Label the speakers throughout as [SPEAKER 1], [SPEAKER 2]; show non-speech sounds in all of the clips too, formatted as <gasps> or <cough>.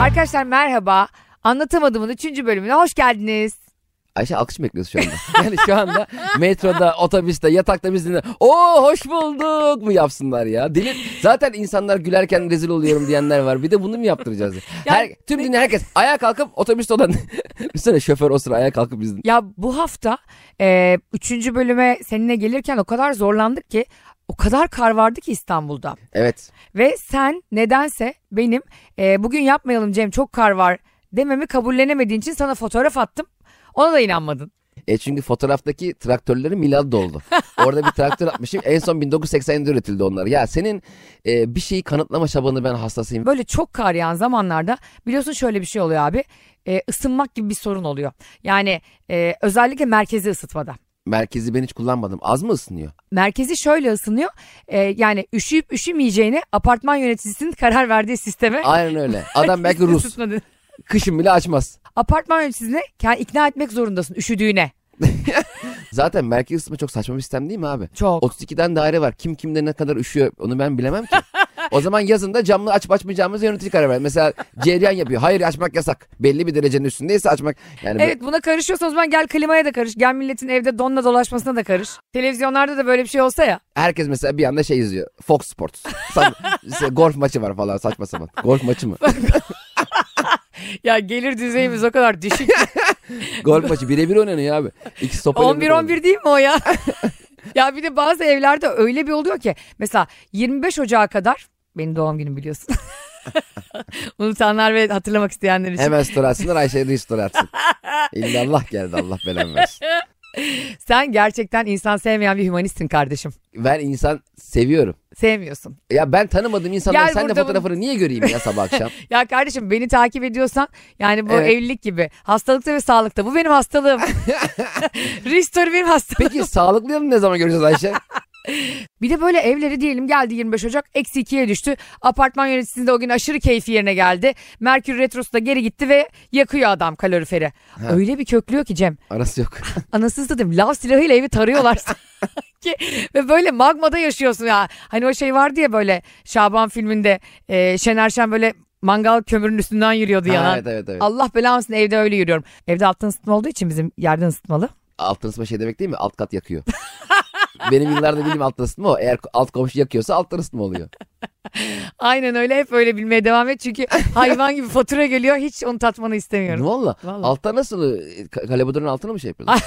[SPEAKER 1] Arkadaşlar merhaba. Anlatamadımın 3. bölümüne hoş geldiniz.
[SPEAKER 2] Ayşe alkış mı bekliyoruz şu anda? <laughs> yani şu anda metroda, otobüste, yatakta biz dinle. Oo hoş bulduk mu yapsınlar ya? Delir. Zaten insanlar gülerken rezil oluyorum diyenler var. Bir de bunu mu yaptıracağız? Her, tüm dinle herkes ayağa kalkıp otobüste olan. <laughs> Düşünsene şoför o sıra ayağa kalkıp biz
[SPEAKER 1] Ya bu hafta e, 3. bölüme seninle gelirken o kadar zorlandık ki o kadar kar vardı ki İstanbul'da.
[SPEAKER 2] Evet.
[SPEAKER 1] Ve sen nedense benim e, bugün yapmayalım Cem çok kar var dememi kabullenemediğin için sana fotoğraf attım. Ona da inanmadın.
[SPEAKER 2] E çünkü fotoğraftaki traktörlerin miladı doldu. Orada bir traktör atmışım. En son 1980'de üretildi onlar. Ya senin e, bir şeyi kanıtlama çabanı ben hastasıyım.
[SPEAKER 1] Böyle çok kar yağan zamanlarda biliyorsun şöyle bir şey oluyor abi. E, ısınmak gibi bir sorun oluyor. Yani e, özellikle merkezi ısıtmada.
[SPEAKER 2] Merkezi ben hiç kullanmadım. Az mı ısınıyor?
[SPEAKER 1] merkezi şöyle ısınıyor. E, yani üşüyüp üşümeyeceğine apartman yöneticisinin karar verdiği sisteme
[SPEAKER 2] Aynen öyle. Adam belki Rus.
[SPEAKER 1] ısıtmadı.
[SPEAKER 2] Kışın bile açmaz.
[SPEAKER 1] Apartman yöneticisine ke- ikna etmek zorundasın üşüdüğüne.
[SPEAKER 2] Zaten merkez ısıtma çok saçma bir sistem değil mi abi?
[SPEAKER 1] Çok.
[SPEAKER 2] 32'den daire var. Kim kimde ne kadar üşüyor onu ben
[SPEAKER 1] <laughs>
[SPEAKER 2] bilemem ki. O zaman yazın da camını açıp açmayacağımızı yönetici karar verir. Mesela cereyan yapıyor. Hayır açmak yasak. Belli bir derecenin üstündeyse açmak. Yani
[SPEAKER 1] Evet buna karışıyorsan o zaman gel klimaya da karış. Gel milletin evde donla dolaşmasına da karış. Televizyonlarda da böyle bir şey olsa ya.
[SPEAKER 2] herkes mesela bir anda şey izliyor. Fox Sports. Sa-
[SPEAKER 1] <laughs>
[SPEAKER 2] işte golf maçı var falan saçma sapan. Golf maçı mı?
[SPEAKER 1] Ya gelir düzeyimiz o kadar <laughs> düşük.
[SPEAKER 2] Golf maçı birebir oynanıyor abi. İki sopayla birlikte oynanıyor.
[SPEAKER 1] 11-11 değil mi o ya? <laughs> ya bir de bazı evlerde öyle bir oluyor ki. Mesela 25 Ocağı kadar benim doğum günüm biliyorsun. <laughs> Unutanlar ve hatırlamak isteyenler için.
[SPEAKER 2] Hemen story atsınlar Ayşe de
[SPEAKER 1] <laughs>
[SPEAKER 2] story atsın. İllallah geldi Allah belamı versin.
[SPEAKER 1] Sen gerçekten insan sevmeyen bir humanistsin kardeşim.
[SPEAKER 2] Ben insan seviyorum.
[SPEAKER 1] Sevmiyorsun.
[SPEAKER 2] Ya ben tanımadığım insanların
[SPEAKER 1] Gel
[SPEAKER 2] sen de
[SPEAKER 1] burada
[SPEAKER 2] fotoğrafını niye göreyim ya sabah akşam?
[SPEAKER 1] Ya kardeşim beni takip ediyorsan yani bu
[SPEAKER 2] Evet.
[SPEAKER 1] evlilik gibi hastalıkta ve sağlıkta bu benim hastalığım. <laughs> Restore benim hastalığım. <laughs>
[SPEAKER 2] Peki sağlıklı yanını ne zaman göreceğiz Ayşe?
[SPEAKER 1] Bir de böyle evleri diyelim geldi 25 Ocak eksi 2'ye düştü. Apartman yöneticisinde o gün aşırı keyfi yerine geldi. Merkür Retrosu da geri gitti ve yakıyor adam kaloriferi. Öyle bir köklüyor ki Cem. <laughs>
[SPEAKER 2] Arası yok.
[SPEAKER 1] Anasını satayım lav silahıyla evi
[SPEAKER 2] <laughs>
[SPEAKER 1] tarıyorlar. Ki- ve böyle magmada yaşıyorsun ya. Hani o şey vardı ya böyle Şaban filminde e, Şener Şen böyle mangal kömürün üstünden yürüyordu
[SPEAKER 2] Ha,
[SPEAKER 1] yana.
[SPEAKER 2] evet evet evet.
[SPEAKER 1] Allah belamsın evde öyle yürüyorum. Evde alttan ısıtma olduğu için bizim yerden ısıtmalı.
[SPEAKER 2] Altın ısıtma şey demek değil mi? Alt kat yakıyor. <laughs> Benim yıllarda bildiğim altın ısıtma o. Eğer alt komşu yakıyorsa altın ısıtma oluyor.
[SPEAKER 1] Aynen öyle hep öyle bilmeye devam et.
[SPEAKER 2] <laughs>
[SPEAKER 1] Çünkü hayvan gibi fatura geliyor hiç onu tatmanı istemiyorum.
[SPEAKER 2] Ne valla?
[SPEAKER 1] Vallahi.
[SPEAKER 2] Altta nasıl? e, ka- Kalebodurun altına mı şey yapıyorlar?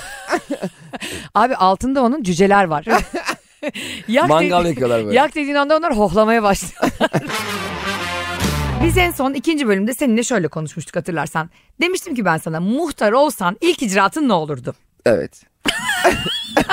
[SPEAKER 1] Abi altında onun cüceler
[SPEAKER 2] <laughs>
[SPEAKER 1] var. yak,
[SPEAKER 2] Mangal
[SPEAKER 1] dedi-
[SPEAKER 2] yakıyorlar böyle.
[SPEAKER 1] yak dediğin anda onlar hohlamaya
[SPEAKER 2] <laughs>
[SPEAKER 1] başlıyor. Biz en son ikinci bölümde seninle şöyle konuşmuştuk hatırlarsan. Demiştim ki ben sana muhtar olsan ilk icraatın ne olurdu?
[SPEAKER 2] Evet. <laughs>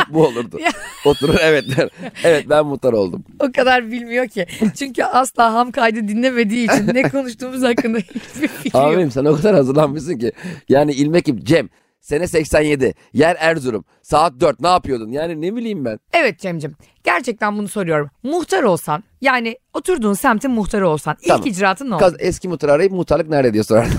[SPEAKER 2] Bu olurdu.
[SPEAKER 1] Ya.
[SPEAKER 2] Oturur evet der. Evet ben
[SPEAKER 1] <laughs>
[SPEAKER 2] muhtar oldum.
[SPEAKER 1] O kadar bilmiyor ki. Çünkü asla ham kaydı dinlemediği için
[SPEAKER 2] <laughs>
[SPEAKER 1] ne konuştuğumuz hakkında hiçbir fikri yok.
[SPEAKER 2] Abim sen o kadar hazırlanmışsın ki. Yani ilmekim Cem. Sene 87. Yer Erzurum. Saat 4. Ne yapıyordun? Yani ne bileyim ben.
[SPEAKER 1] Evet Cem'cim gerçekten bunu soruyorum. Muhtar olsan yani oturduğun semtin muhtarı olsan ilk
[SPEAKER 2] Tamam.
[SPEAKER 1] icraatın ne olur?
[SPEAKER 2] Kaz, eski muhtarı arayıp muhtarlık nerede
[SPEAKER 1] <laughs>
[SPEAKER 2] diye sorardım.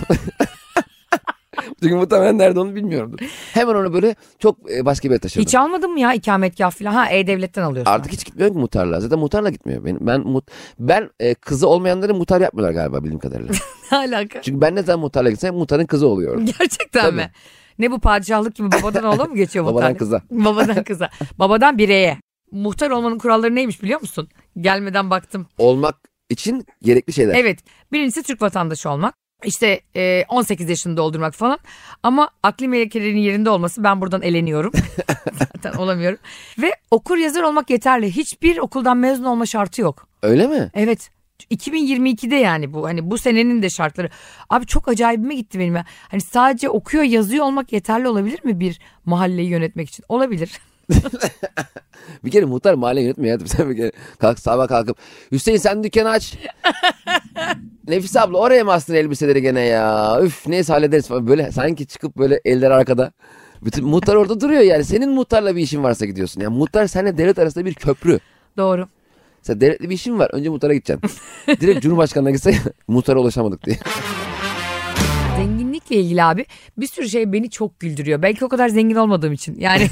[SPEAKER 2] Çünkü muhtemelen nerede onu bilmiyordu. Hemen onu böyle çok e, başka bir yere taşırdım.
[SPEAKER 1] Hiç almadın mı ya ikametgah falan? Ha E-Devlet'ten alıyorsun.
[SPEAKER 2] Artık hiç gitmiyorum ki muhtarlığa. Zaten muhtarla gitmiyor. Ben, ben, mut, ben e, kızı olmayanları muhtar yapmıyorlar galiba
[SPEAKER 1] <laughs>
[SPEAKER 2] bildiğim kadarıyla.
[SPEAKER 1] <laughs> Ne alaka?
[SPEAKER 2] Çünkü ben ne zaman muhtarla gitsem muhtarın kızı oluyorum.
[SPEAKER 1] Gerçekten
[SPEAKER 2] Tabii.
[SPEAKER 1] mi? Ne bu padişahlık gibi babadan oğula mı geçiyor muhtarlık?
[SPEAKER 2] Babadan kıza.
[SPEAKER 1] Babadan kıza. Babadan bireye. Muhtar olmanın kuralları neymiş biliyor musun? Gelmeden baktım.
[SPEAKER 2] Olmak için gerekli şeyler.
[SPEAKER 1] Evet. Birincisi Türk vatandaşı olmak. İşte e, 18 yaşını doldurmak falan. Ama akli melekelerin yerinde olması ben buradan eleniyorum. Zaten olamıyorum. Ve okur yazar olmak yeterli. Hiçbir okuldan mezun olma şartı yok.
[SPEAKER 2] Öyle mi?
[SPEAKER 1] Evet. 2022'de yani bu hani bu senenin de şartları. Abi çok acayibime gitti benim. ya. Hani sadece okuyor yazıyor olmak yeterli olabilir mi bir mahalleyi yönetmek için? Olabilir. <laughs>
[SPEAKER 2] Bir kere muhtar mahalle yönetmiyor hayatım. <laughs> Sen bir kere kalk sabah kalkıp Hüseyin sen dükkanı aç. Nefis abla oraya mı astın elbiseleri gene ya? Üf neyse hallederiz falan. Böyle sanki çıkıp böyle eller arkada. Bütün muhtar orada duruyor yani. Senin muhtarla bir işin varsa gidiyorsun. Yani muhtar seninle devlet arasında bir köprü.
[SPEAKER 1] Doğru.
[SPEAKER 2] Sen devletle bir işin var. Önce muhtara gideceksin. Direkt Cumhurbaşkanı'na gitse <laughs> muhtara ulaşamadık diye.
[SPEAKER 1] Zenginlikle ilgili abi bir sürü şey beni çok güldürüyor. Belki o kadar zengin olmadığım için. Yani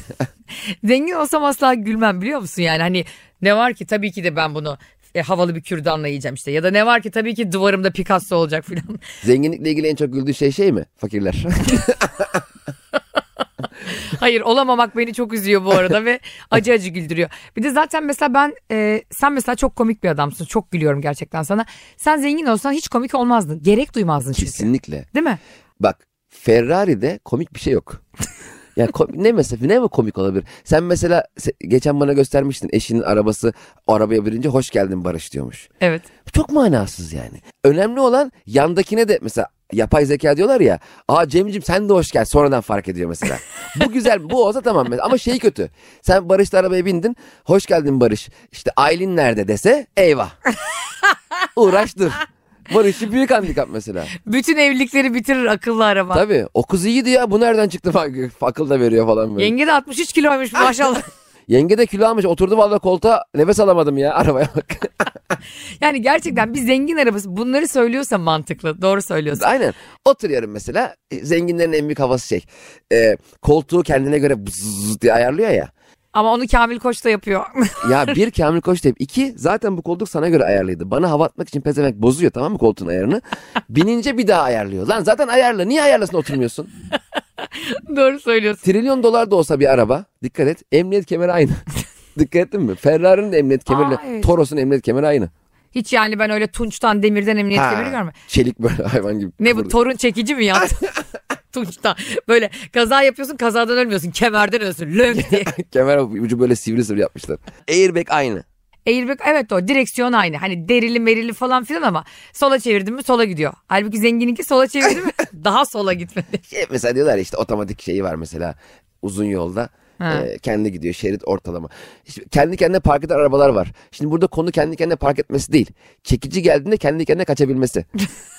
[SPEAKER 1] zengin olsam asla gülmem biliyor musun? Yani hani ne var ki tabii ki de ben bunu e, havalı bir kürdanla yiyeceğim işte. Ya da ne var ki tabii ki duvarımda Picasso olacak filan.
[SPEAKER 2] Zenginlikle ilgili en çok güldüğü şey şey mi? Fakirler.
[SPEAKER 1] <laughs> Hayır olamamak beni çok üzüyor bu arada ve acı acı güldürüyor. Bir de zaten mesela ben e, sen mesela çok komik bir adamsın. Çok gülüyorum gerçekten sana. Sen zengin olsan hiç komik olmazdın. Gerek duymazdın çünkü.
[SPEAKER 2] Kesinlikle.
[SPEAKER 1] Değil mi?
[SPEAKER 2] Bak Ferrari'de komik bir şey yok. Ya ko- ne mesela ne mi komik olabilir? Sen mesela se- geçen bana göstermiştin eşinin arabası o arabaya binince hoş geldin Barış diyormuş.
[SPEAKER 1] Evet.
[SPEAKER 2] Çok manasız yani. Önemli olan yandakine de mesela yapay zeka diyorlar ya. Aa Cem'cim sen de hoş geldin. Sonradan fark ediyor mesela. bu güzel bu olsa tamam mesela. Ama şey kötü. Sen Barış'la arabaya bindin. Hoş geldin Barış. İşte Aylin nerede dese eyvah. Uğraş dur. Barış'ı büyük handikap mesela.
[SPEAKER 1] Bütün evlilikleri bitirir akıllı araba.
[SPEAKER 2] Tabii o kız iyiydi ya bu nereden çıktı falan. Akıl da veriyor falan böyle.
[SPEAKER 1] Yenge de 63 kiloymuş maşallah.
[SPEAKER 2] Yenge de kilo almış oturdu valla koltuğa nefes alamadım ya <laughs> arabaya bak.
[SPEAKER 1] yani gerçekten bir zengin arabası bunları söylüyorsa mantıklı. Doğru söylüyorsun.
[SPEAKER 2] <laughs> Aynen oturuyorum mesela e, zenginlerin en büyük havası şey e, koltuğu kendine göre bzzz diye
[SPEAKER 1] <laughs>
[SPEAKER 2] ayarlıyor ya.
[SPEAKER 1] Ama onu Kamil Koç da yapıyor. <laughs>
[SPEAKER 2] Ya bir Kamil Koç deyip iki zaten bu koltuk sana göre ayarlıydı. Bana hava atmak için pezevenk bozuyor tamam mı
[SPEAKER 1] <laughs>
[SPEAKER 2] koltuğun ayarını. Binince bir daha ayarlıyor. Lan zaten ayarla niye ayarlasın oturmuyorsun?
[SPEAKER 1] Doğru söylüyorsun.
[SPEAKER 2] Trilyon dolar da olsa bir araba dikkat et emniyet
[SPEAKER 1] <laughs>
[SPEAKER 2] kemeri aynı. dikkat ettin mi? Ferrari'nin de emniyet kemeriyle
[SPEAKER 1] Aa, evet.
[SPEAKER 2] Toros'un emniyet kemeri aynı.
[SPEAKER 1] Hiç yani ben öyle tunçtan demirden emniyet
[SPEAKER 2] Ha,
[SPEAKER 1] kemeri görmedim.
[SPEAKER 2] Çelik böyle <laughs> hayvan gibi.
[SPEAKER 1] Ne bu
[SPEAKER 2] kıvırdı.
[SPEAKER 1] torun çekici mi ya? <laughs> Tunç'tan. Böyle kaza yapıyorsun kazadan ölmüyorsun. Kemerden ölsün. Lönk diye.
[SPEAKER 2] <laughs> Kemer ucu böyle sivri sivri yapmışlar. Airbag
[SPEAKER 1] <laughs>
[SPEAKER 2] aynı.
[SPEAKER 1] Airbag evet o direksiyon aynı. Hani derili merili falan filan ama sola çevirdim mi sola gidiyor. Halbuki zengininki sola çevirdi mi daha sola gitmedi.
[SPEAKER 2] Şey, mesela diyorlar ya işte otomatik şeyi var mesela uzun yolda.
[SPEAKER 1] Ha.
[SPEAKER 2] Ee, kendi gidiyor şerit ortalama. İşte kendi kendine park eden arabalar var. Şimdi burada konu kendi kendine park etmesi değil. Çekici geldiğinde kendi
[SPEAKER 1] <laughs>
[SPEAKER 2] kendine kaçabilmesi.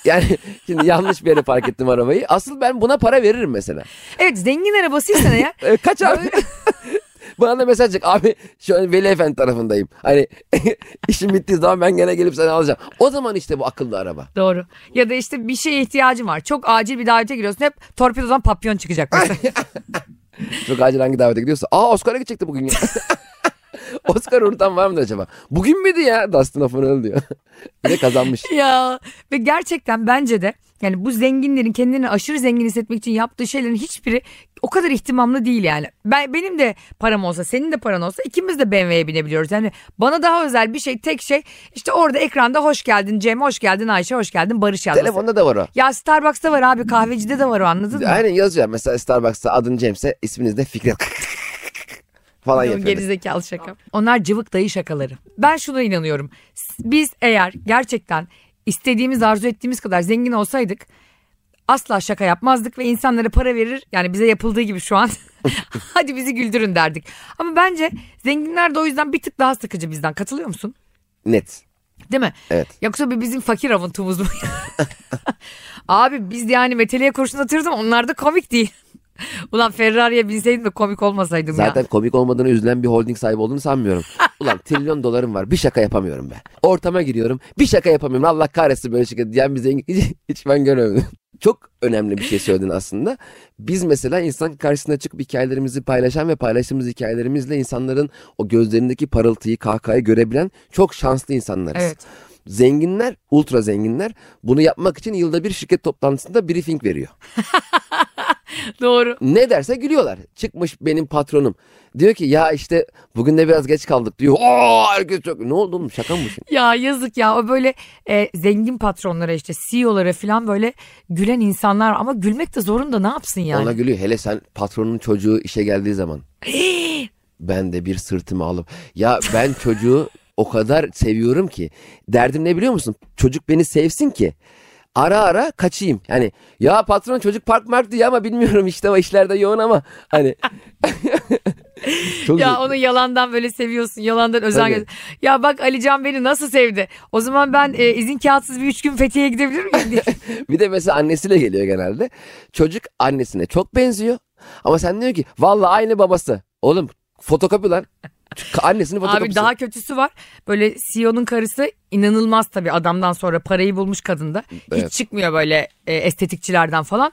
[SPEAKER 2] yani şimdi yanlış bir yere park ettim arabayı. Asıl ben buna para veririm mesela.
[SPEAKER 1] Evet zengin arabasıysan eğer
[SPEAKER 2] Ee, kaç abi. <laughs> Bana da mesaj çek. Abi şu an Veli Efendi tarafındayım. Hani <laughs> işim bittiği zaman ben gene gelip seni alacağım. O zaman işte bu akıllı araba.
[SPEAKER 1] doğru. Ya da işte bir şeye ihtiyacın var. Çok acil bir davete giriyorsun hep torpidodan papyon çıkacak. mesela.
[SPEAKER 2] Çok acil hangi davete gidiyorsa. Aa Oscar'a gidecekti bugün ya. Oscar unutan var mıdır acaba? Bugün müydü ya Dustin Hoffman öldü diyor. Bir de kazanmış.
[SPEAKER 1] <laughs> ya ve gerçekten bence de yani bu zenginlerin kendini aşırı zengin hissetmek için yaptığı şeylerin hiçbiri o kadar ihtimamlı değil yani. Ben benim de param olsa, senin de paran olsa ikimiz de BMW'ye binebiliyoruz. Yani bana daha özel bir şey, tek şey işte orada ekranda hoş geldin Cem, hoş geldin Ayşe, hoş geldin Barış yazması.
[SPEAKER 2] Telefonda da var o.
[SPEAKER 1] Ya Starbucks'ta var abi, kahvecide de var o anladın mı?
[SPEAKER 2] Aynen yazıyor. Mesela Starbucks'ta adın James'e isminiz de Fikret. <laughs> falan yapıyor.
[SPEAKER 1] Gerizekalı şaka. Onlar cıvık dayı şakaları. Ben şuna inanıyorum. S- Biz eğer gerçekten istediğimiz arzu ettiğimiz kadar zengin olsaydık asla şaka yapmazdık ve insanlara para verir yani bize yapıldığı gibi şu an <laughs> hadi bizi güldürün derdik. Ama bence zenginler de o yüzden bir tık daha sıkıcı bizden katılıyor musun?
[SPEAKER 2] Net.
[SPEAKER 1] Değil mi?
[SPEAKER 2] Evet.
[SPEAKER 1] Yoksa bir bizim fakir avuntumuz mu? <laughs> Abi biz yani meteliğe kurşun atırız ama onlar da komik değil. <laughs> Ulan Ferrari'ye binseydim de komik olmasaydım ya.
[SPEAKER 2] Zaten komik olmadığını üzülen bir holding sahibi olduğunu
[SPEAKER 1] <laughs>
[SPEAKER 2] sanmıyorum. Ulan trilyon dolarım var. Bir şaka yapamıyorum be. Ortama giriyorum. Bir şaka yapamıyorum. Allah kahretsin böyle şaka diyen bir zengin. Hiç, hiç ben görmedim. <laughs> Çok önemli bir şey söyledin aslında. Biz mesela insan karşısına çıkıp hikayelerimizi paylaşan ve paylaştığımız hikayelerimizle insanların o gözlerindeki parıltıyı, kahkahayı görebilen çok şanslı insanlarız.
[SPEAKER 1] Evet.
[SPEAKER 2] Zenginler, ultra zenginler bunu yapmak için yılda bir şirket toplantısında briefing veriyor.
[SPEAKER 1] Doğru.
[SPEAKER 2] Ne derse gülüyorlar. Çıkmış benim patronum. Diyor ki ya işte bugün de biraz geç kaldık diyor. <laughs> Oo herkes çok. Ne oldu oğlum şaka mı bu şimdi?
[SPEAKER 1] Ya yazık ya o böyle e, zengin patronlara işte CEO'lara falan böyle gülen insanlar var. ama gülmek de zorunda ne yapsın yani?
[SPEAKER 2] Ona gülüyor. Hele sen patronun çocuğu işe
[SPEAKER 1] <gasps>
[SPEAKER 2] geldiği zaman. ben de bir sırtımı alıp. Ya ben çocuğu o kadar seviyorum ki. Derdim ne biliyor musun? Çocuk beni sevsin ki. Ara ara kaçayım. Yani ya patron çocuk park mark diyor ama bilmiyorum işte o işlerde yoğun ama
[SPEAKER 1] <laughs>
[SPEAKER 2] hani. Çok
[SPEAKER 1] Ya onu yalandan böyle seviyorsun yalandan özen
[SPEAKER 2] Tabii.
[SPEAKER 1] göster- Ya bak Alican beni nasıl sevdi o zaman ben e, izin kağıtsız bir üç gün Fethiye'ye gidebilir miyim diye.
[SPEAKER 2] Bir de mesela annesiyle geliyor genelde. Çocuk annesine çok benziyor. Ama sen diyor ki valla aynı babası. Oğlum fotokopi lan. Ç- Annesinin fotokopisi.
[SPEAKER 1] Abi daha kötüsü var böyle CEO'nun karısı inanılmaz tabii adamdan sonra parayı bulmuş kadında
[SPEAKER 2] Evet.
[SPEAKER 1] hiç çıkmıyor böyle e, estetikçilerden falan.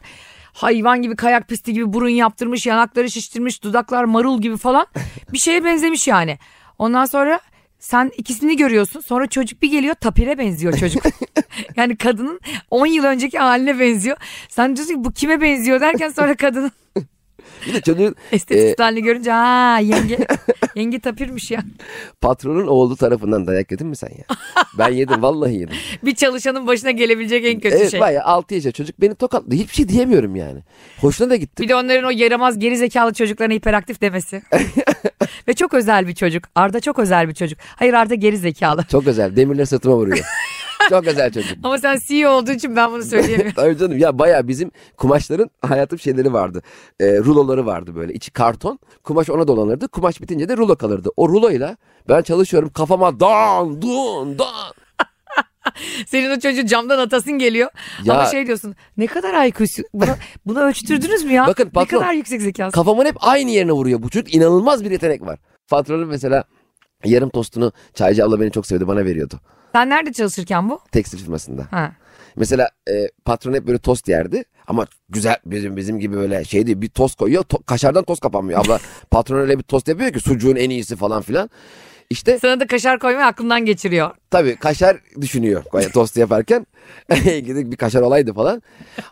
[SPEAKER 1] Hayvan gibi kayak pisti gibi burun yaptırmış, yanakları şiştirmiş, dudaklar marul gibi falan. Bir şeye benzemiş yani. Ondan sonra Sen ikisini görüyorsun sonra çocuk bir geliyor tapire benziyor çocuk. yani kadının 10 yıl önceki haline benziyor. Sen diyorsun ki bu kime benziyor derken sonra kadının
[SPEAKER 2] Bir de çocuğun
[SPEAKER 1] estetik halini görünce ha yenge yenge tapirmiş ya.
[SPEAKER 2] patronun oğlu tarafından dayak yedin mi sen ya? Ben yedim vallahi yedim.
[SPEAKER 1] Bir çalışanın başına gelebilecek en <laughs> kötü
[SPEAKER 2] evet
[SPEAKER 1] şey.
[SPEAKER 2] bayağı 6 yaşında çocuk beni tokatladı. Hiçbir şey diyemiyorum yani. Hoşuna da gitti.
[SPEAKER 1] Bir de onların o yaramaz geri zekalı çocuklarına hiperaktif
[SPEAKER 2] <laughs>
[SPEAKER 1] demesi. Ve çok özel bir çocuk. Arda çok özel bir çocuk. Hayır Arda geri zekalı.
[SPEAKER 2] Çok özel. Demirler sırtıma vuruyor. Çok özel çocuk.
[SPEAKER 1] <laughs> Ama sen CEO olduğun için ben bunu
[SPEAKER 2] <laughs>
[SPEAKER 1] söyleyemiyorum.
[SPEAKER 2] Tabii canım ya bayağı bizim kumaşların hayatım şeyleri vardı. Ee, ruloları vardı böyle. içi karton. Kumaş ona dolanırdı. Kumaş bitince de rulo kalırdı. O ruloyla ben çalışıyorum kafama dan dun dan.
[SPEAKER 1] Senin o çocuğu camdan atasın geliyor.
[SPEAKER 2] Ya-
[SPEAKER 1] Ama şey diyorsun ne kadar IQ'su bunu, bunu ölçtürdünüz mü ya?
[SPEAKER 2] Bakın patron-
[SPEAKER 1] Ne kadar yüksek zekası.
[SPEAKER 2] Kafamın hep aynı yerine vuruyor. Bu çocuk inanılmaz bir yetenek var. Patronum mesela yarım tostunu çaycı abla beni çok sevdi bana veriyordu.
[SPEAKER 1] Sen nerede çalışırken bu?
[SPEAKER 2] Tekstil firmasında.
[SPEAKER 1] Ha.
[SPEAKER 2] Mesela e, patron hep böyle tost yerdi ama güzel bizim bizim gibi böyle şey değil bir tost koyuyor to- kaşardan tost kapanmıyor. Abla patron öyle bir tost yapıyor ki sucuğun en iyisi falan filan. İşte
[SPEAKER 1] Sana da kaşar koymayı aklımdan geçiriyor.
[SPEAKER 2] Tabii kaşar düşünüyor Yani tost yaparken. <laughs> Gidip bir kaşar olaydı falan.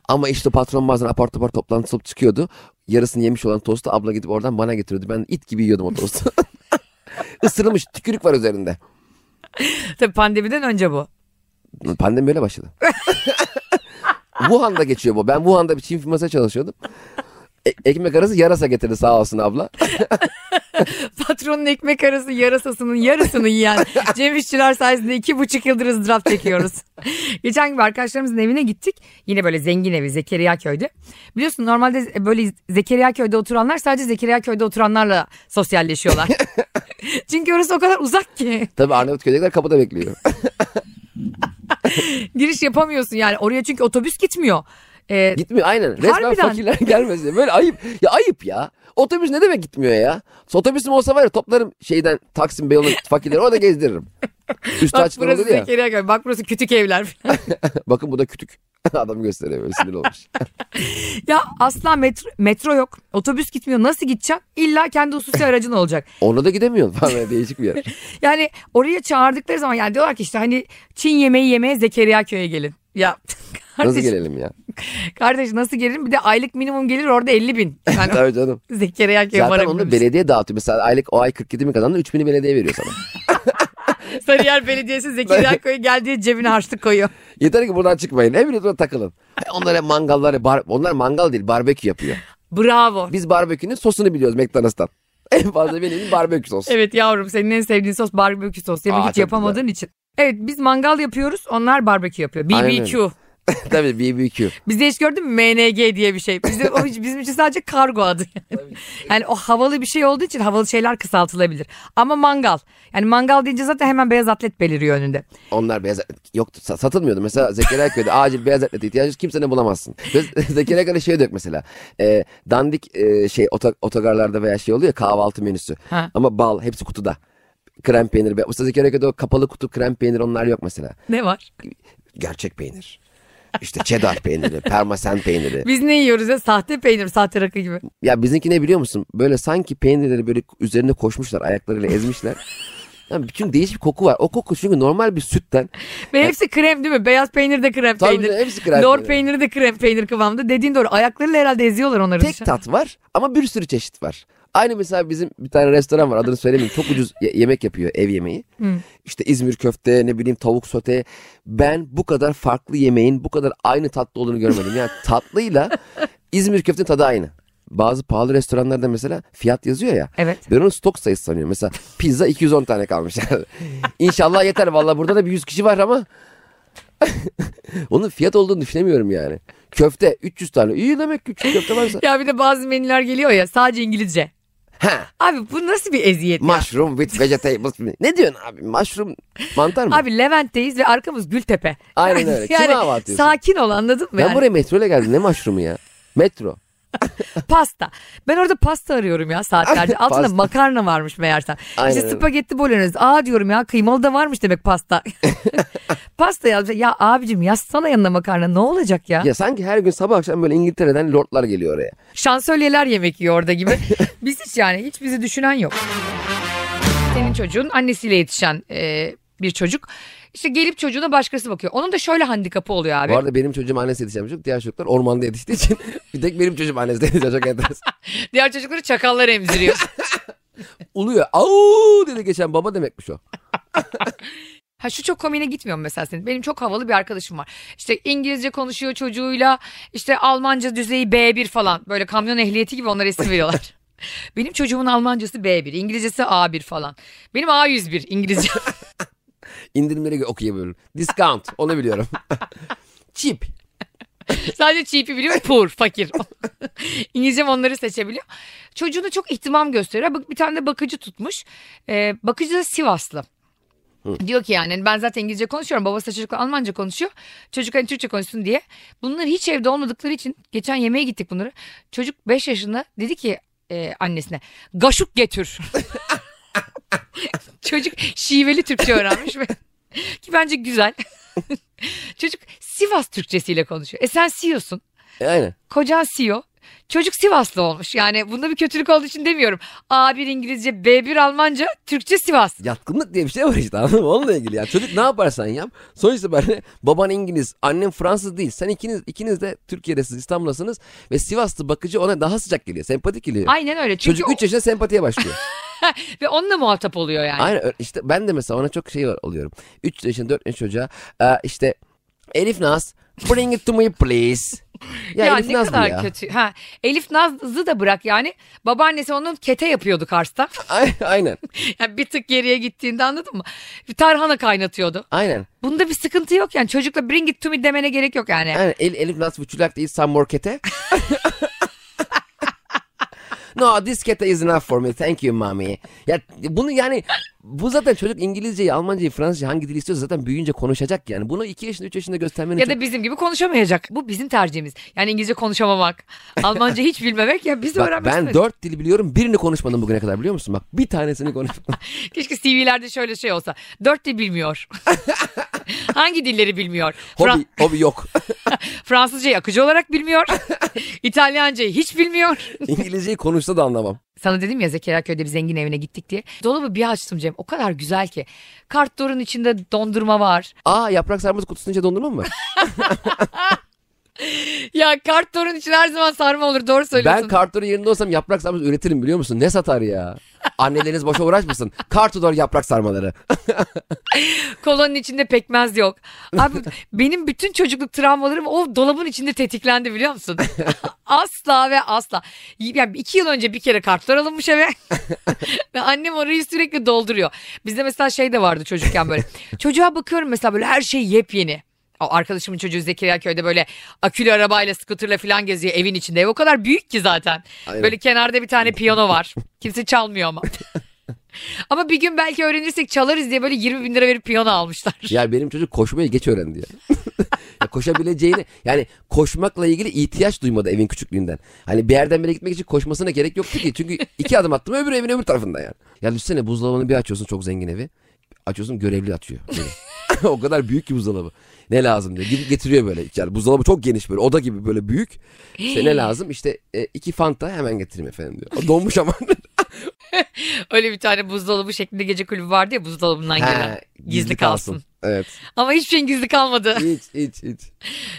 [SPEAKER 2] Ama işte patron bazen apar topar toplantı olup çıkıyordu. Yarısını yemiş olan tostu abla gidip oradan bana getiriyordu. Ben it gibi yiyordum o tostu. <laughs> Isırılmış tükürük var üzerinde.
[SPEAKER 1] Tabii pandemiden önce bu.
[SPEAKER 2] Pandemi böyle
[SPEAKER 1] <laughs>
[SPEAKER 2] başladı. Wuhan'da geçiyor bu. Ben Wuhan'da bir Çin firmasına çalışıyordum. E- ekmek arası yarasa getirdi sağ olsun abla.
[SPEAKER 1] Patronun ekmek arası yarasasının yarısını yiyen Cem İşçiler sayesinde iki buçuk yıldır ızdırap çekiyoruz. Geçen gün arkadaşlarımızın evine gittik. Yine böyle zengin evi Zekeriya Köy'de. Biliyorsun normalde böyle Zekeriya Köy'de oturanlar sadece Zekeriya Köy'de oturanlarla sosyalleşiyorlar. Çünkü orası o kadar uzak ki.
[SPEAKER 2] Tabii Arnavutköy'dekiler kapıda bekliyor.
[SPEAKER 1] Giriş yapamıyorsun yani oraya çünkü otobüs gitmiyor. Ee,
[SPEAKER 2] Gitmiyor aynen. Resmen
[SPEAKER 1] Harbiden.
[SPEAKER 2] fakirler gelmesin. Böyle ayıp. Ya ayıp ya. Otobüs ne demek gitmiyor ya? Otobüsüm olsa var ya toplarım şeyden Taksim Beyoğlu fakirleri orada gezdiririm. Üstü
[SPEAKER 1] bak
[SPEAKER 2] açık
[SPEAKER 1] burası
[SPEAKER 2] olur ya.
[SPEAKER 1] Zekeriya Köy bak burası kütük evler.
[SPEAKER 2] Bakın bu da kütük. <laughs> Adam gösteriyor böyle sinir olmuş.
[SPEAKER 1] ya asla metro, metro yok otobüs gitmiyor nasıl gideceğim? İlla kendi hususi aracın olacak.
[SPEAKER 2] Ona da gidemiyorsun falan böyle değişik bir
[SPEAKER 1] <laughs>
[SPEAKER 2] yer.
[SPEAKER 1] Yani oraya çağırdıkları zaman yani diyorlar ki işte hani Çin yemeği yemeye Zekeriya köye gelin. Ya kardeş,
[SPEAKER 2] Nasıl
[SPEAKER 1] nasıl
[SPEAKER 2] gelelim ya?
[SPEAKER 1] kardeş nasıl gelirim? Bir de aylık minimum gelir orada 50 bin.
[SPEAKER 2] <laughs>
[SPEAKER 1] Yani
[SPEAKER 2] Tabii canım.
[SPEAKER 1] Zekeriya köye
[SPEAKER 2] Zaten onu
[SPEAKER 1] varabilirim.
[SPEAKER 2] belediye dağıtıyor. Mesela aylık o ay 47 mi kazandın 3000'i belediye veriyor sana.
[SPEAKER 1] Sarıyer Belediyesi
[SPEAKER 2] <laughs>
[SPEAKER 1] Zekeriya köye geldiği cebine harçlık koyuyor.
[SPEAKER 2] Yeter ki buradan çıkmayın. Evinize takılın. Onlara mangalları, bar- onlar mangal değil barbekü yapıyor.
[SPEAKER 1] Bravo.
[SPEAKER 2] Biz barbekünün sosunu biliyoruz McDonald's'tan. <laughs> En fazla benim barbekü sosu.
[SPEAKER 1] Evet yavrum senin en sevdiğin sos barbekü sosu. Yemek
[SPEAKER 2] Aa,
[SPEAKER 1] hiç
[SPEAKER 2] çok
[SPEAKER 1] yapamadığın için. Evet biz mangal yapıyoruz onlar barbekü yapıyor.
[SPEAKER 2] Aynen
[SPEAKER 1] BBQ.
[SPEAKER 2] Tabii BBQ.
[SPEAKER 1] Bizde hiç gördün mü MNG diye bir şey. Bizde o hiç- bizim için sadece kargo
[SPEAKER 2] <laughs>
[SPEAKER 1] adı. Yani. yani o havalı bir şey olduğu için havalı şeyler kısaltılabilir. Ama mangal. Yani mangal deyince zaten hemen beyaz atlet beliriyor önünde.
[SPEAKER 2] Onlar beyaz atlet yoktu. sa- Satılmıyordu. Mesela Zekeriya Köy'de acil beyaz atlete ihtiyacı kimsenin bulamazsın. Ve <laughs> Zekeriya Köy'de şey diyor mesela. E, dandik e, şey oto- otogarlarda veya şey oluyor ya, kahvaltı menüsü.
[SPEAKER 1] Ha.
[SPEAKER 2] Ama bal hepsi kutuda. Krem peynir. be- Mesela Zekeriya Köy'de o kapalı kutu krem peynir onlar yok mesela.
[SPEAKER 1] Ne var?
[SPEAKER 2] Gerçek peynir. İşte cheddar <laughs> peyniri, parmesan peyniri.
[SPEAKER 1] Biz ne yiyoruz ya? Sahte peynir, sahte rakı gibi.
[SPEAKER 2] Ya bizimki ne biliyor musun? Böyle sanki peynirleri böyle üzerine koşmuşlar, ayaklarıyla ezmişler. Yani bütün değişik bir koku var. O koku çünkü normal bir sütten
[SPEAKER 1] Ve hepsi krem değil mi? Beyaz peynir de krem
[SPEAKER 2] Tabii
[SPEAKER 1] peynir.
[SPEAKER 2] canım, hepsi krem
[SPEAKER 1] Lor
[SPEAKER 2] peynir.
[SPEAKER 1] peyniri de krem peynir kıvamında. Dediğin doğru. Ayaklarıyla herhalde eziyorlar onları.
[SPEAKER 2] tek
[SPEAKER 1] dışarı.
[SPEAKER 2] tat var ama bir sürü çeşit var. Aynı mesela bizim bir tane restoran var adını söylemeyeyim çok ucuz ye- yemek yapıyor ev yemeği. İşte İzmir köfte ne bileyim tavuk sote. Ben bu kadar farklı yemeğin bu kadar aynı tatlı olduğunu görmedim. Yani tatlıyla İzmir köftenin tadı aynı. Bazı pahalı restoranlarda mesela fiyat yazıyor ya.
[SPEAKER 1] Evet.
[SPEAKER 2] Ben onu stok sayısı sanıyorum. Mesela pizza 210 tane kalmış. <laughs> İnşallah yeter valla burada da bir 100 kişi var ama. <laughs> Onun fiyat olduğunu düşünemiyorum yani. Köfte 300 tane. İyi demek ki 300 köfte varsa.
[SPEAKER 1] Ya bir de bazı menüler geliyor ya sadece İngilizce.
[SPEAKER 2] Ha,
[SPEAKER 1] Abi bu nasıl bir eziyet ya?
[SPEAKER 2] mushroom with vegetables. Ne diyorsun abi? Mushroom mantar mı?
[SPEAKER 1] Abi Levent'teyiz ve arkamız Gültepe.
[SPEAKER 2] Aynen
[SPEAKER 1] <laughs>
[SPEAKER 2] öyle. Kime hava atıyorsun?
[SPEAKER 1] Sakin ol anladın mı?
[SPEAKER 2] ben
[SPEAKER 1] yani?
[SPEAKER 2] buraya metro ile geldim. Ne mushroom'u ya? Metro.
[SPEAKER 1] Pasta. Ben orada pasta arıyorum ya saatlerce.
[SPEAKER 2] <laughs>
[SPEAKER 1] Altında
[SPEAKER 2] Pasta.
[SPEAKER 1] makarna varmış meğersem.
[SPEAKER 2] Aynen
[SPEAKER 1] işte
[SPEAKER 2] öyle.
[SPEAKER 1] spagetti bolognese. Aa diyorum ya kıymalı da varmış demek
[SPEAKER 2] <laughs>
[SPEAKER 1] pasta. pasta yazmış. Ya abicim yazsana yanına makarna ne olacak ya?
[SPEAKER 2] Ya sanki her gün sabah akşam böyle İngiltere'den lordlar geliyor oraya. <laughs>
[SPEAKER 1] Şansölyeler yemek yiyor orada gibi. Biz hiç yani hiç bizi düşünen yok. senin çocuğun annesiyle yetişen e, bir çocuk. İşte gelip çocuğuna başkası bakıyor. Onun da şöyle handikapı oluyor abi.
[SPEAKER 2] Bu arada benim çocuğum annesi yetişen bir çocuk. Diğer çocuklar ormanda yetiştiği için <laughs> bir tek benim çocuğum annesi yetişen çok enteresan.
[SPEAKER 1] <laughs> Diğer çocukları çakallar
[SPEAKER 2] <laughs>
[SPEAKER 1] emziriyor.
[SPEAKER 2] Uluyor. Au dedi geçen baba demekmiş o.
[SPEAKER 1] Ha şu çok komiğine gitmiyor mu mesela senin? Benim çok havalı bir arkadaşım var. İşte İngilizce konuşuyor çocuğuyla. işte Almanca düzeyi B1 falan. Böyle kamyon ehliyeti gibi onlara isim veriyorlar. Benim çocuğumun Almancası B1, İngilizcesi A1 falan. Benim A101 İngilizce.
[SPEAKER 2] İndirimleri gö- okuyamıyorum. Discount onu biliyorum. <laughs> Cheap.
[SPEAKER 1] Sadece cheap'i biliyor, poor, fakir. <laughs> İngilizcem onları seçebiliyor. Çocuğuna çok ihtimam gösteriyor. Bak- Bir tane de bakıcı tutmuş. Ee, bakıcı da Sivaslı. Diyor ki yani ben zaten İngilizce konuşuyorum. Babası da çocukla Almanca konuşuyor. Çocuk hani Türkçe konuşsun diye. Bunlar hiç evde olmadıkları için geçen yemeğe gittik bunları. Çocuk 5 yaşında dedi ki e, annesine gaşuk getir. <laughs> Çocuk şiveli Türkçe öğrenmiş ve <laughs> ki bence güzel. Çocuk Sivas Türkçesiyle konuşuyor. E sen CEO'sun.
[SPEAKER 2] E, aynen.
[SPEAKER 1] Kocan CEO. E Çocuk Sivaslı olmuş. Yani bunda bir kötülük olduğu için demiyorum. A1 İngilizce, B1 Almanca, Türkçe Sivas.
[SPEAKER 2] Yatkınlık diye bir şey var işte anladın mı? Onunla ilgili ya. Çocuk ne yaparsan yap. Sonuç itibariyle baban İngiliz, annen Fransız değil. Sen ikiniz ikiniz de Türkiye'de siz İstanbul'dasınız ve Sivaslı bakıcı ona daha sıcak geliyor. Sempatik geliyor.
[SPEAKER 1] Aynen öyle. Çünkü
[SPEAKER 2] Çocuk 3 yaşında
[SPEAKER 1] <laughs>
[SPEAKER 2] sempatiye başlıyor.
[SPEAKER 1] o- ve onunla muhatap oluyor yani.
[SPEAKER 2] Aynen öyle. işte ben de mesela ona çok şey var oluyorum. 3 yaşında 4 yaşında çocuğa e, işte Elif Naz bring it to
[SPEAKER 1] <laughs>
[SPEAKER 2] me please. Ya,
[SPEAKER 1] Ya,
[SPEAKER 2] Elif
[SPEAKER 1] ne
[SPEAKER 2] Naz mı
[SPEAKER 1] kadar
[SPEAKER 2] ya?
[SPEAKER 1] kötü. Ha, Elif Naz'ı da bırak yani. Babaannesi onun kete yapıyordu Kars'ta.
[SPEAKER 2] <laughs>
[SPEAKER 1] <laughs>
[SPEAKER 2] Ay- Aynen
[SPEAKER 1] Yani bir tık geriye gittiğinde anladın mı? Bir tarhana kaynatıyordu.
[SPEAKER 2] aynen.
[SPEAKER 1] Bunda bir sıkıntı yok yani. Çocukla bring it to me demene gerek yok yani.
[SPEAKER 2] Yani El, Elif Nas Vuculak değil
[SPEAKER 1] <laughs>
[SPEAKER 2] Sam Morkete. no this kete is enough for me thank you mommy. Ya bunu yani bu zaten çocuk İngilizceyi, Almancayı, Fransızca hangi dili istiyorsa zaten büyüyünce konuşacak yani. Bunu 2 yaşında 3 yaşında göstermenin
[SPEAKER 1] Ya
[SPEAKER 2] çok-
[SPEAKER 1] da bizim gibi konuşamayacak. Bu bizim tercihimiz. Yani İngilizce konuşamamak, Almanca hiç bilmemek ya biz de
[SPEAKER 2] Bak,
[SPEAKER 1] öğrenmek
[SPEAKER 2] ben
[SPEAKER 1] istemedik.
[SPEAKER 2] dört dili biliyorum birini konuşmadım bugüne kadar biliyor musun? Bak bir
[SPEAKER 1] <laughs>
[SPEAKER 2] tanesini konuşmadım.
[SPEAKER 1] Keşke CV'lerde şöyle şey olsa. Dört dil
[SPEAKER 2] <laughs>
[SPEAKER 1] bilmiyor. Hangi dilleri bilmiyor?
[SPEAKER 2] hobi,
[SPEAKER 1] Fra- <laughs>
[SPEAKER 2] hobi yok.
[SPEAKER 1] Fransızcayı akıcı olarak bilmiyor.
[SPEAKER 2] <laughs>
[SPEAKER 1] İtalyancayı hiç bilmiyor.
[SPEAKER 2] İngilizceyi konuşsa da anlamam.
[SPEAKER 1] Sana dedim ya Zekeraköy'de bir zengin evine gittik diye. Dolabı bir açtım Cem. O kadar güzel ki. Kartdorun içinde dondurma var.
[SPEAKER 2] Aa yaprak sarması kutusunun içinde dondurma mı var?
[SPEAKER 1] Ya kartdorun için her zaman sarma olur. Doğru söylüyorsun.
[SPEAKER 2] ben kartonun yerinde olsam yaprak sarması üretirim biliyor musun? Ne satar ya? Anneleriniz boşa uğraşmasın. Kartodor yaprak sarmaları.
[SPEAKER 1] Kolonun içinde pekmez yok.
[SPEAKER 2] <laughs>
[SPEAKER 1] Abi benim bütün çocukluk travmalarım o dolabın içinde tetiklendi biliyor musun?
[SPEAKER 2] <laughs>
[SPEAKER 1] asla ve asla. Yani iki yıl önce bir kere kartlar alınmış eve. ve annem orayı sürekli dolduruyor. Bizde mesela şey de vardı çocukken <laughs> böyle. Çocuğa bakıyorum mesela böyle her şey yepyeni. O arkadaşımın çocuğu Zekeriya köyde böyle akülü arabayla, skuterla falan geziyor evin içinde. Ev o kadar büyük ki zaten.
[SPEAKER 2] Aynen.
[SPEAKER 1] Böyle kenarda bir tane piyano <laughs> var. Kimse çalmıyor ama. <laughs> Ama bir gün belki öğrenirsek çalarız diye böyle 20 bin lira verip piyano almışlar. <laughs>
[SPEAKER 2] Ya benim çocuk koşmayı geç öğrendi ya. <laughs> ya koşabileceğini yani koşmakla ilgili ihtiyaç duymadı evin küçüklüğünden. Hani bir yerden bir yere gitmek için koşmasına gerek yoktu ki. Çünkü iki adım attım öbür evin öbür tarafında yani. Ya düşünsene buzdolabını bir açıyorsun çok zengin evi. Açıyorsun görevli atıyor. <laughs> böyle. o kadar büyük ki buzdolabı. Ne lazım diyor. Gidip getiriyor böyle. Yani buzdolabı çok geniş böyle. Oda gibi böyle büyük. İşte ne lazım? İşte e, iki fanta hemen getireyim efendim diyor. O donmuş ama.
[SPEAKER 1] Öyle bir tane buzdolabı şeklinde gece kulübü vardı ya buzdolabından gelen.
[SPEAKER 2] <laughs> Ha,
[SPEAKER 1] Gizli, kalsın.
[SPEAKER 2] Evet.
[SPEAKER 1] Ama hiçbir şeyin gizli kalmadı. <laughs>
[SPEAKER 2] Hiç hiç hiç.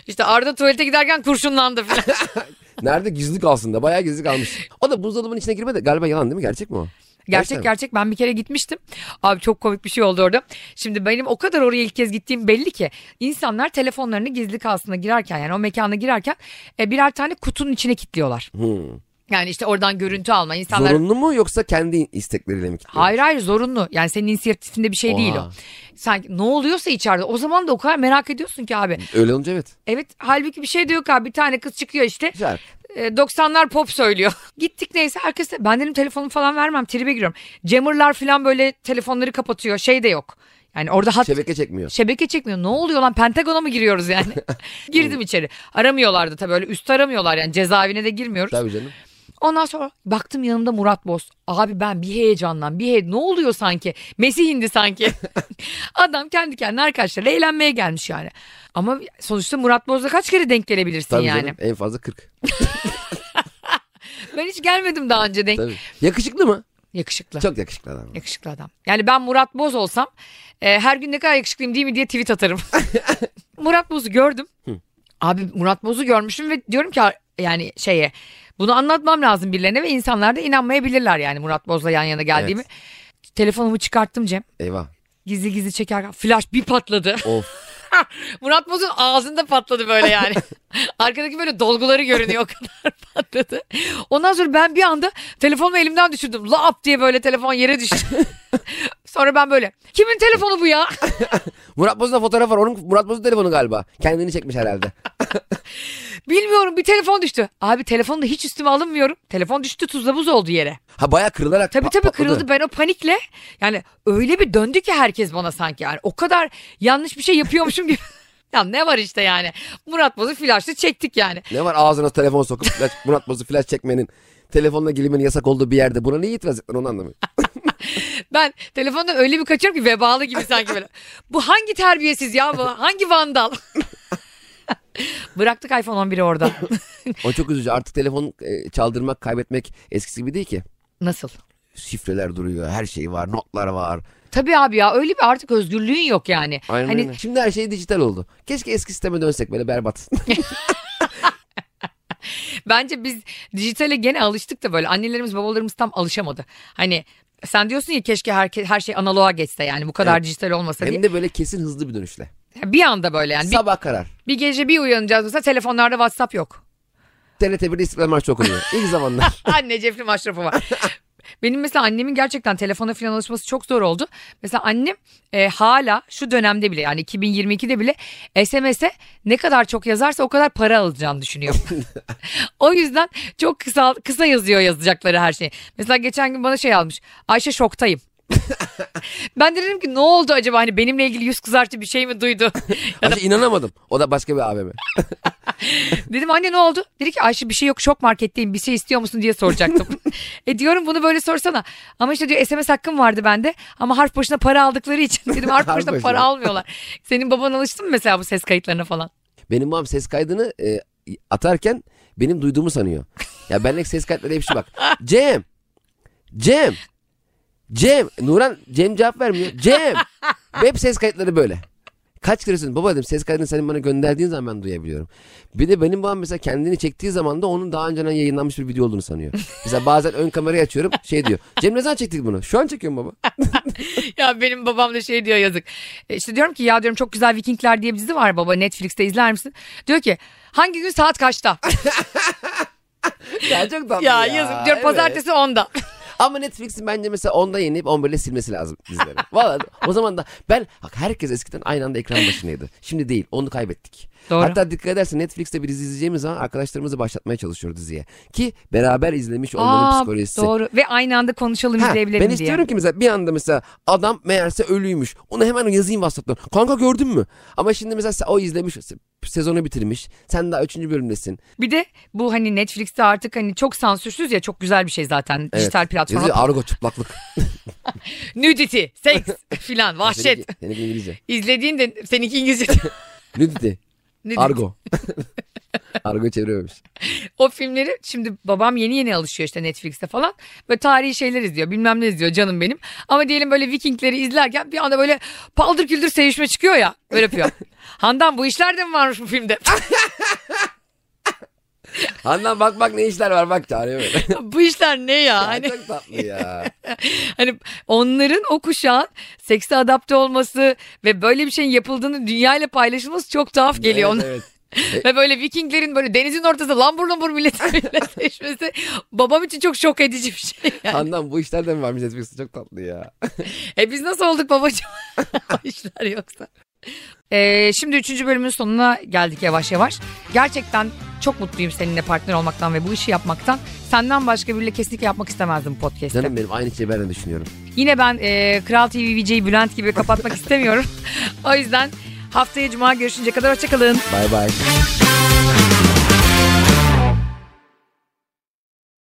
[SPEAKER 1] İşte Arda tuvalete giderken kurşunlandı falan.
[SPEAKER 2] Nerede gizli kalsın da bayağı gizli kalmış. O da buzdolabının içine girmedi. Galiba yalan değil mi? Gerçek mi o? Gerçekten
[SPEAKER 1] gerçek
[SPEAKER 2] mi?
[SPEAKER 1] gerçek ben bir kere gitmiştim. Abi çok komik bir şey oldu orada. Şimdi benim o kadar oraya ilk kez gittiğim belli ki insanlar telefonlarını gizli kalsına girerken yani o mekana girerken e, birer tane kutunun içine kilitliyorlar.
[SPEAKER 2] Hmm.
[SPEAKER 1] Yani işte oradan görüntü alma insanlar.
[SPEAKER 2] Zorunlu mu yoksa kendi istekleriyle mi kilitliyor?
[SPEAKER 1] Hayır hayır zorunlu. Yani senin inisiyatifinde bir şey
[SPEAKER 2] Oha.
[SPEAKER 1] değil o. Sanki ne oluyorsa içeride o zaman da o kadar merak ediyorsun ki abi.
[SPEAKER 2] Öyle olunca evet.
[SPEAKER 1] Evet halbuki bir şey de yok abi. Bir tane kız çıkıyor işte.
[SPEAKER 2] Güzel.
[SPEAKER 1] E, 90'lar pop söylüyor. <laughs> Gittik neyse herkes de ben dedim telefonumu falan vermem tribe giriyorum. Jammer'lar falan böyle telefonları kapatıyor şey de yok. Yani orada hat Şey-
[SPEAKER 2] Şebeke çekmiyor.
[SPEAKER 1] şebeke çekmiyor. Ne oluyor lan Pentagon'a mı giriyoruz
[SPEAKER 2] <laughs>
[SPEAKER 1] yani? <laughs> Girdim içeri. Aramıyorlardı tabii öyle üst aramıyorlar yani cezaevine de girmiyoruz.
[SPEAKER 2] Tabii canım.
[SPEAKER 1] Ondan sonra baktım yanımda Murat Boz. Abi ben bir heyecandan bir he ne oluyor sanki? Mesih indi
[SPEAKER 2] <laughs>
[SPEAKER 1] sanki. <laughs> Adam kendi kendine arkadaşlarıyla eğlenmeye gelmiş yani. Ama sonuçta Murat Boz'la kaç kere denk gelebilirsin
[SPEAKER 2] Tabii
[SPEAKER 1] yani?
[SPEAKER 2] canım. En fazla 40.
[SPEAKER 1] Ben hiç gelmedim daha önce denk.
[SPEAKER 2] Tabii. Yakışıklı mı?
[SPEAKER 1] Yakışıklı.
[SPEAKER 2] Çok yakışıklı adam.
[SPEAKER 1] Yakışıklı adam. Yani ben Murat Boz olsam e, her gün ne kadar yakışıklıyım değil mi diye tweet atarım. Murat Boz'u gördüm. Abi Murat Boz'u görmüşüm ve diyorum ki yani şeye bunu anlatmam lazım birilerine ve insanlar da inanmayabilirler yani Murat Boz'la yan yana geldiğimi. Telefonumu çıkarttım Cem.
[SPEAKER 2] Eyvah.
[SPEAKER 1] Gizli gizli çekerken flash bir patladı.
[SPEAKER 2] Of.
[SPEAKER 1] Murat Boz'un ağzında patladı böyle yani. Arkadaki böyle dolguları görünüyor o kadar patladı. Ondan sonra ben bir anda telefonumu elimden düşürdüm. Lap diye böyle telefon yere düştü. sonra ben böyle kimin telefonu bu ya? <laughs>
[SPEAKER 2] Murat Boz'un da fotoğraf var. Onun Murat Boz'un telefonu galiba. Kendini çekmiş herhalde.
[SPEAKER 1] Bilmiyorum bir telefon düştü. Abi telefonu da hiç üstüme alınmıyorum. Telefon düştü tuzla buz oldu yere.
[SPEAKER 2] Ha baya kırılarak
[SPEAKER 1] Tabii
[SPEAKER 2] pa-
[SPEAKER 1] tabii
[SPEAKER 2] patladı.
[SPEAKER 1] kırıldı ben o panikle. Yani öyle bir döndü ki herkes bana sanki yani. O kadar yanlış bir şey yapıyormuşum gibi. <laughs> ya ne var işte yani. Murat Boz'u flaşlı çektik yani.
[SPEAKER 2] Ne var ağzına telefon sokup flash,
[SPEAKER 1] <laughs>
[SPEAKER 2] Murat Boz'u flash çekmenin telefonla girmenin yasak olduğu bir yerde. Buna niye itiraz ettin onu anlamıyorum.
[SPEAKER 1] Hani- Ben telefonda öyle bir kaçıyorum ki vebalı gibi sanki <laughs> böyle. Bu hangi terbiyesiz ya bu? Hangi vandal? <laughs> Bıraktık iPhone 11'i <laughs> orada.
[SPEAKER 2] o çok üzücü. Artık telefon e, çaldırmak, kaybetmek eskisi gibi değil ki.
[SPEAKER 1] Nasıl?
[SPEAKER 2] Şifreler duruyor, her şey var, notlar var.
[SPEAKER 1] Tabii abi ya öyle bir artık özgürlüğün yok yani.
[SPEAKER 2] Aynen
[SPEAKER 1] hani
[SPEAKER 2] öyle. Şimdi her şey dijital oldu. Keşke eski sisteme dönsek böyle <laughs> berbat.
[SPEAKER 1] bence biz dijitale gene alıştık da böyle annelerimiz babalarımız tam alışamadı. Hani sen diyorsun ya keşke her, her şey analoğa geçse yani bu kadar
[SPEAKER 2] Evet.
[SPEAKER 1] dijital olmasa diye.
[SPEAKER 2] Hem de böyle kesin hızlı bir dönüşle.
[SPEAKER 1] Bir anda böyle yani. Bir,
[SPEAKER 2] Sabah karar.
[SPEAKER 1] bir gece bir uyanacağız mesela telefonlarda WhatsApp yok.
[SPEAKER 2] TRT 1'de İstiklal Marşı okunuyor. İlk <laughs>
[SPEAKER 1] <laughs>
[SPEAKER 2] zamanlar.
[SPEAKER 1] Anne cefli maşrafı var. Benim mesela annemin gerçekten telefona falan alışması çok zor oldu. Mesela annem e, hala şu dönemde bile yani 2022'de bile SMS'e ne kadar çok yazarsa o kadar para alacağını düşünüyor. <laughs> o yüzden çok kısa kısa yazıyor yazacakları her şeyi. Mesela geçen gün bana şey almış. Ayşe şoktayım. <laughs> ben de dedim ki ne oldu acaba hani benimle ilgili yüz kızartıcı bir şey mi duydu?
[SPEAKER 2] Ayrıca inanamadım. O da başka bir AVM.
[SPEAKER 1] Dedim anne ne oldu? Dedi ki Ayşe bir şey yok şok marketteyim bir şey istiyor musun diye <laughs> soracaktım. e diyorum bunu böyle sorsana. Ama işte diyor SMS hakkım vardı bende ama harf başına para aldıkları için <laughs> dedim harf
[SPEAKER 2] Harf
[SPEAKER 1] başına para
[SPEAKER 2] başına.
[SPEAKER 1] almıyorlar. Senin baban alıştı mı mesela bu ses kayıtlarına falan?
[SPEAKER 2] Benim babam ses kaydını e, atarken benim duyduğumu sanıyor. Ya benlik ses kayıtları hepsi <laughs> bak. Cem. Cem. Cem. Nuran Cem cevap vermiyor. Cem. Hep ses kayıtları böyle. Kaç kere söyledim baba dedim ses kaydını senin bana gönderdiğin zaman ben duyabiliyorum. Bir de benim babam mesela kendini çektiği zaman da onun daha önceden yayınlanmış bir video olduğunu sanıyor. Mesela bazen ön kamerayı açıyorum şey diyor. Cem ne zaman çektik bunu? Şu an çekiyorum baba.
[SPEAKER 1] <laughs> ya benim babam da şey diyor yazık. E İşte diyorum ki ya diyorum çok güzel Vikingler diye bir dizi var baba Netflix'te izler misin? Diyor ki hangi gün saat kaçta?
[SPEAKER 2] <laughs> Ya çok
[SPEAKER 1] <laughs>
[SPEAKER 2] tatlı
[SPEAKER 1] ya yazık diyor
[SPEAKER 2] Evet.
[SPEAKER 1] pazartesi 10'da.
[SPEAKER 2] Ama Netflix'in bence mesela 10'da yenip 11'de silmesi lazım
[SPEAKER 1] <laughs>
[SPEAKER 2] dizileri. Valla o zaman da ben bak herkes eskiden aynı anda ekran başındaydı. Şimdi değil onu kaybettik.
[SPEAKER 1] Doğru.
[SPEAKER 2] Hatta dikkat edersen Netflix'te bir dizi izleyeceğimiz zaman arkadaşlarımızı başlatmaya çalışıyoruz diziye. Ki beraber izlemiş olmanın
[SPEAKER 1] Aa,
[SPEAKER 2] psikolojisi.
[SPEAKER 1] doğru ve aynı anda konuşalım
[SPEAKER 2] Ha,
[SPEAKER 1] izleyebilelim
[SPEAKER 2] ben
[SPEAKER 1] diye.
[SPEAKER 2] istiyorum ki mesela bir anda mesela adam meğerse ölüymüş. Onu hemen yazayım WhatsApp'tan. Kanka gördün mü? Ama şimdi mesela se- o izlemiş se- sezonu bitirmiş. Sen daha 3. bölümdesin.
[SPEAKER 1] Bir de bu hani Netflix'te artık hani çok sansürsüz ya çok güzel bir şey zaten dijital platform.
[SPEAKER 2] Yazıyor
[SPEAKER 1] <laughs>
[SPEAKER 2] argo çıplaklık.
[SPEAKER 1] Nudity,
[SPEAKER 2] <laughs>
[SPEAKER 1] seks <laughs> filan vahşet.
[SPEAKER 2] Seninki- Seninki İngilizce.
[SPEAKER 1] İzlediğin de seninki
[SPEAKER 2] <laughs>
[SPEAKER 1] İngilizce.
[SPEAKER 2] Nudity.
[SPEAKER 1] Nudity. <laughs>
[SPEAKER 2] Argo. Argo çeviriyormuş.
[SPEAKER 1] O filmleri şimdi babam yeni yeni alışıyor işte Netflix'te falan. Böyle tarihi şeyler izliyor bilmem ne izliyor canım benim. Ama diyelim böyle Vikingleri izlerken bir anda böyle paldır küldür sevişme çıkıyor ya. Böyle
[SPEAKER 2] <laughs>
[SPEAKER 1] yapıyor. Handan bu işler de mi varmış bu filmde? <laughs>
[SPEAKER 2] Handan bak bak ne işler var bak
[SPEAKER 1] <laughs>
[SPEAKER 2] çağırıyor böyle.
[SPEAKER 1] bu işler ne ya? Hani-
[SPEAKER 2] Çok tatlı ya.
[SPEAKER 1] Hani onların o kuşağın sekse adapte olması ve böyle bir şeyin yapıldığını dünyayla paylaşılması çok tuhaf geliyor.
[SPEAKER 2] Evet,
[SPEAKER 1] ona.
[SPEAKER 2] evet.
[SPEAKER 1] Ve böyle Vikinglerin böyle denizin ortasında lambur lambur
[SPEAKER 2] <laughs>
[SPEAKER 1] milletle birleşmesi babam için çok şok edici bir şey. yani.
[SPEAKER 2] Handan bu işler de mi varmış Netflix'te çok tatlı ya.
[SPEAKER 1] E biz nasıl olduk
[SPEAKER 2] <laughs>
[SPEAKER 1] babacığım? İşler yoksa. Ee, şimdi üçüncü bölümün sonuna geldik yavaş yavaş. Gerçekten çok mutluyum seninle partner olmaktan ve bu işi yapmaktan. Senden başka biriyle kesinlikle yapmak istemezdim podcast'ı.
[SPEAKER 2] Canım benim aynı şeyi ben de düşünüyorum.
[SPEAKER 1] Yine ben e, Kral TV VJ'yi Bülent gibi <laughs> kapatmak istemiyorum. o yüzden haftaya cuma görüşünceye kadar hoşçakalın.
[SPEAKER 2] Bay bay.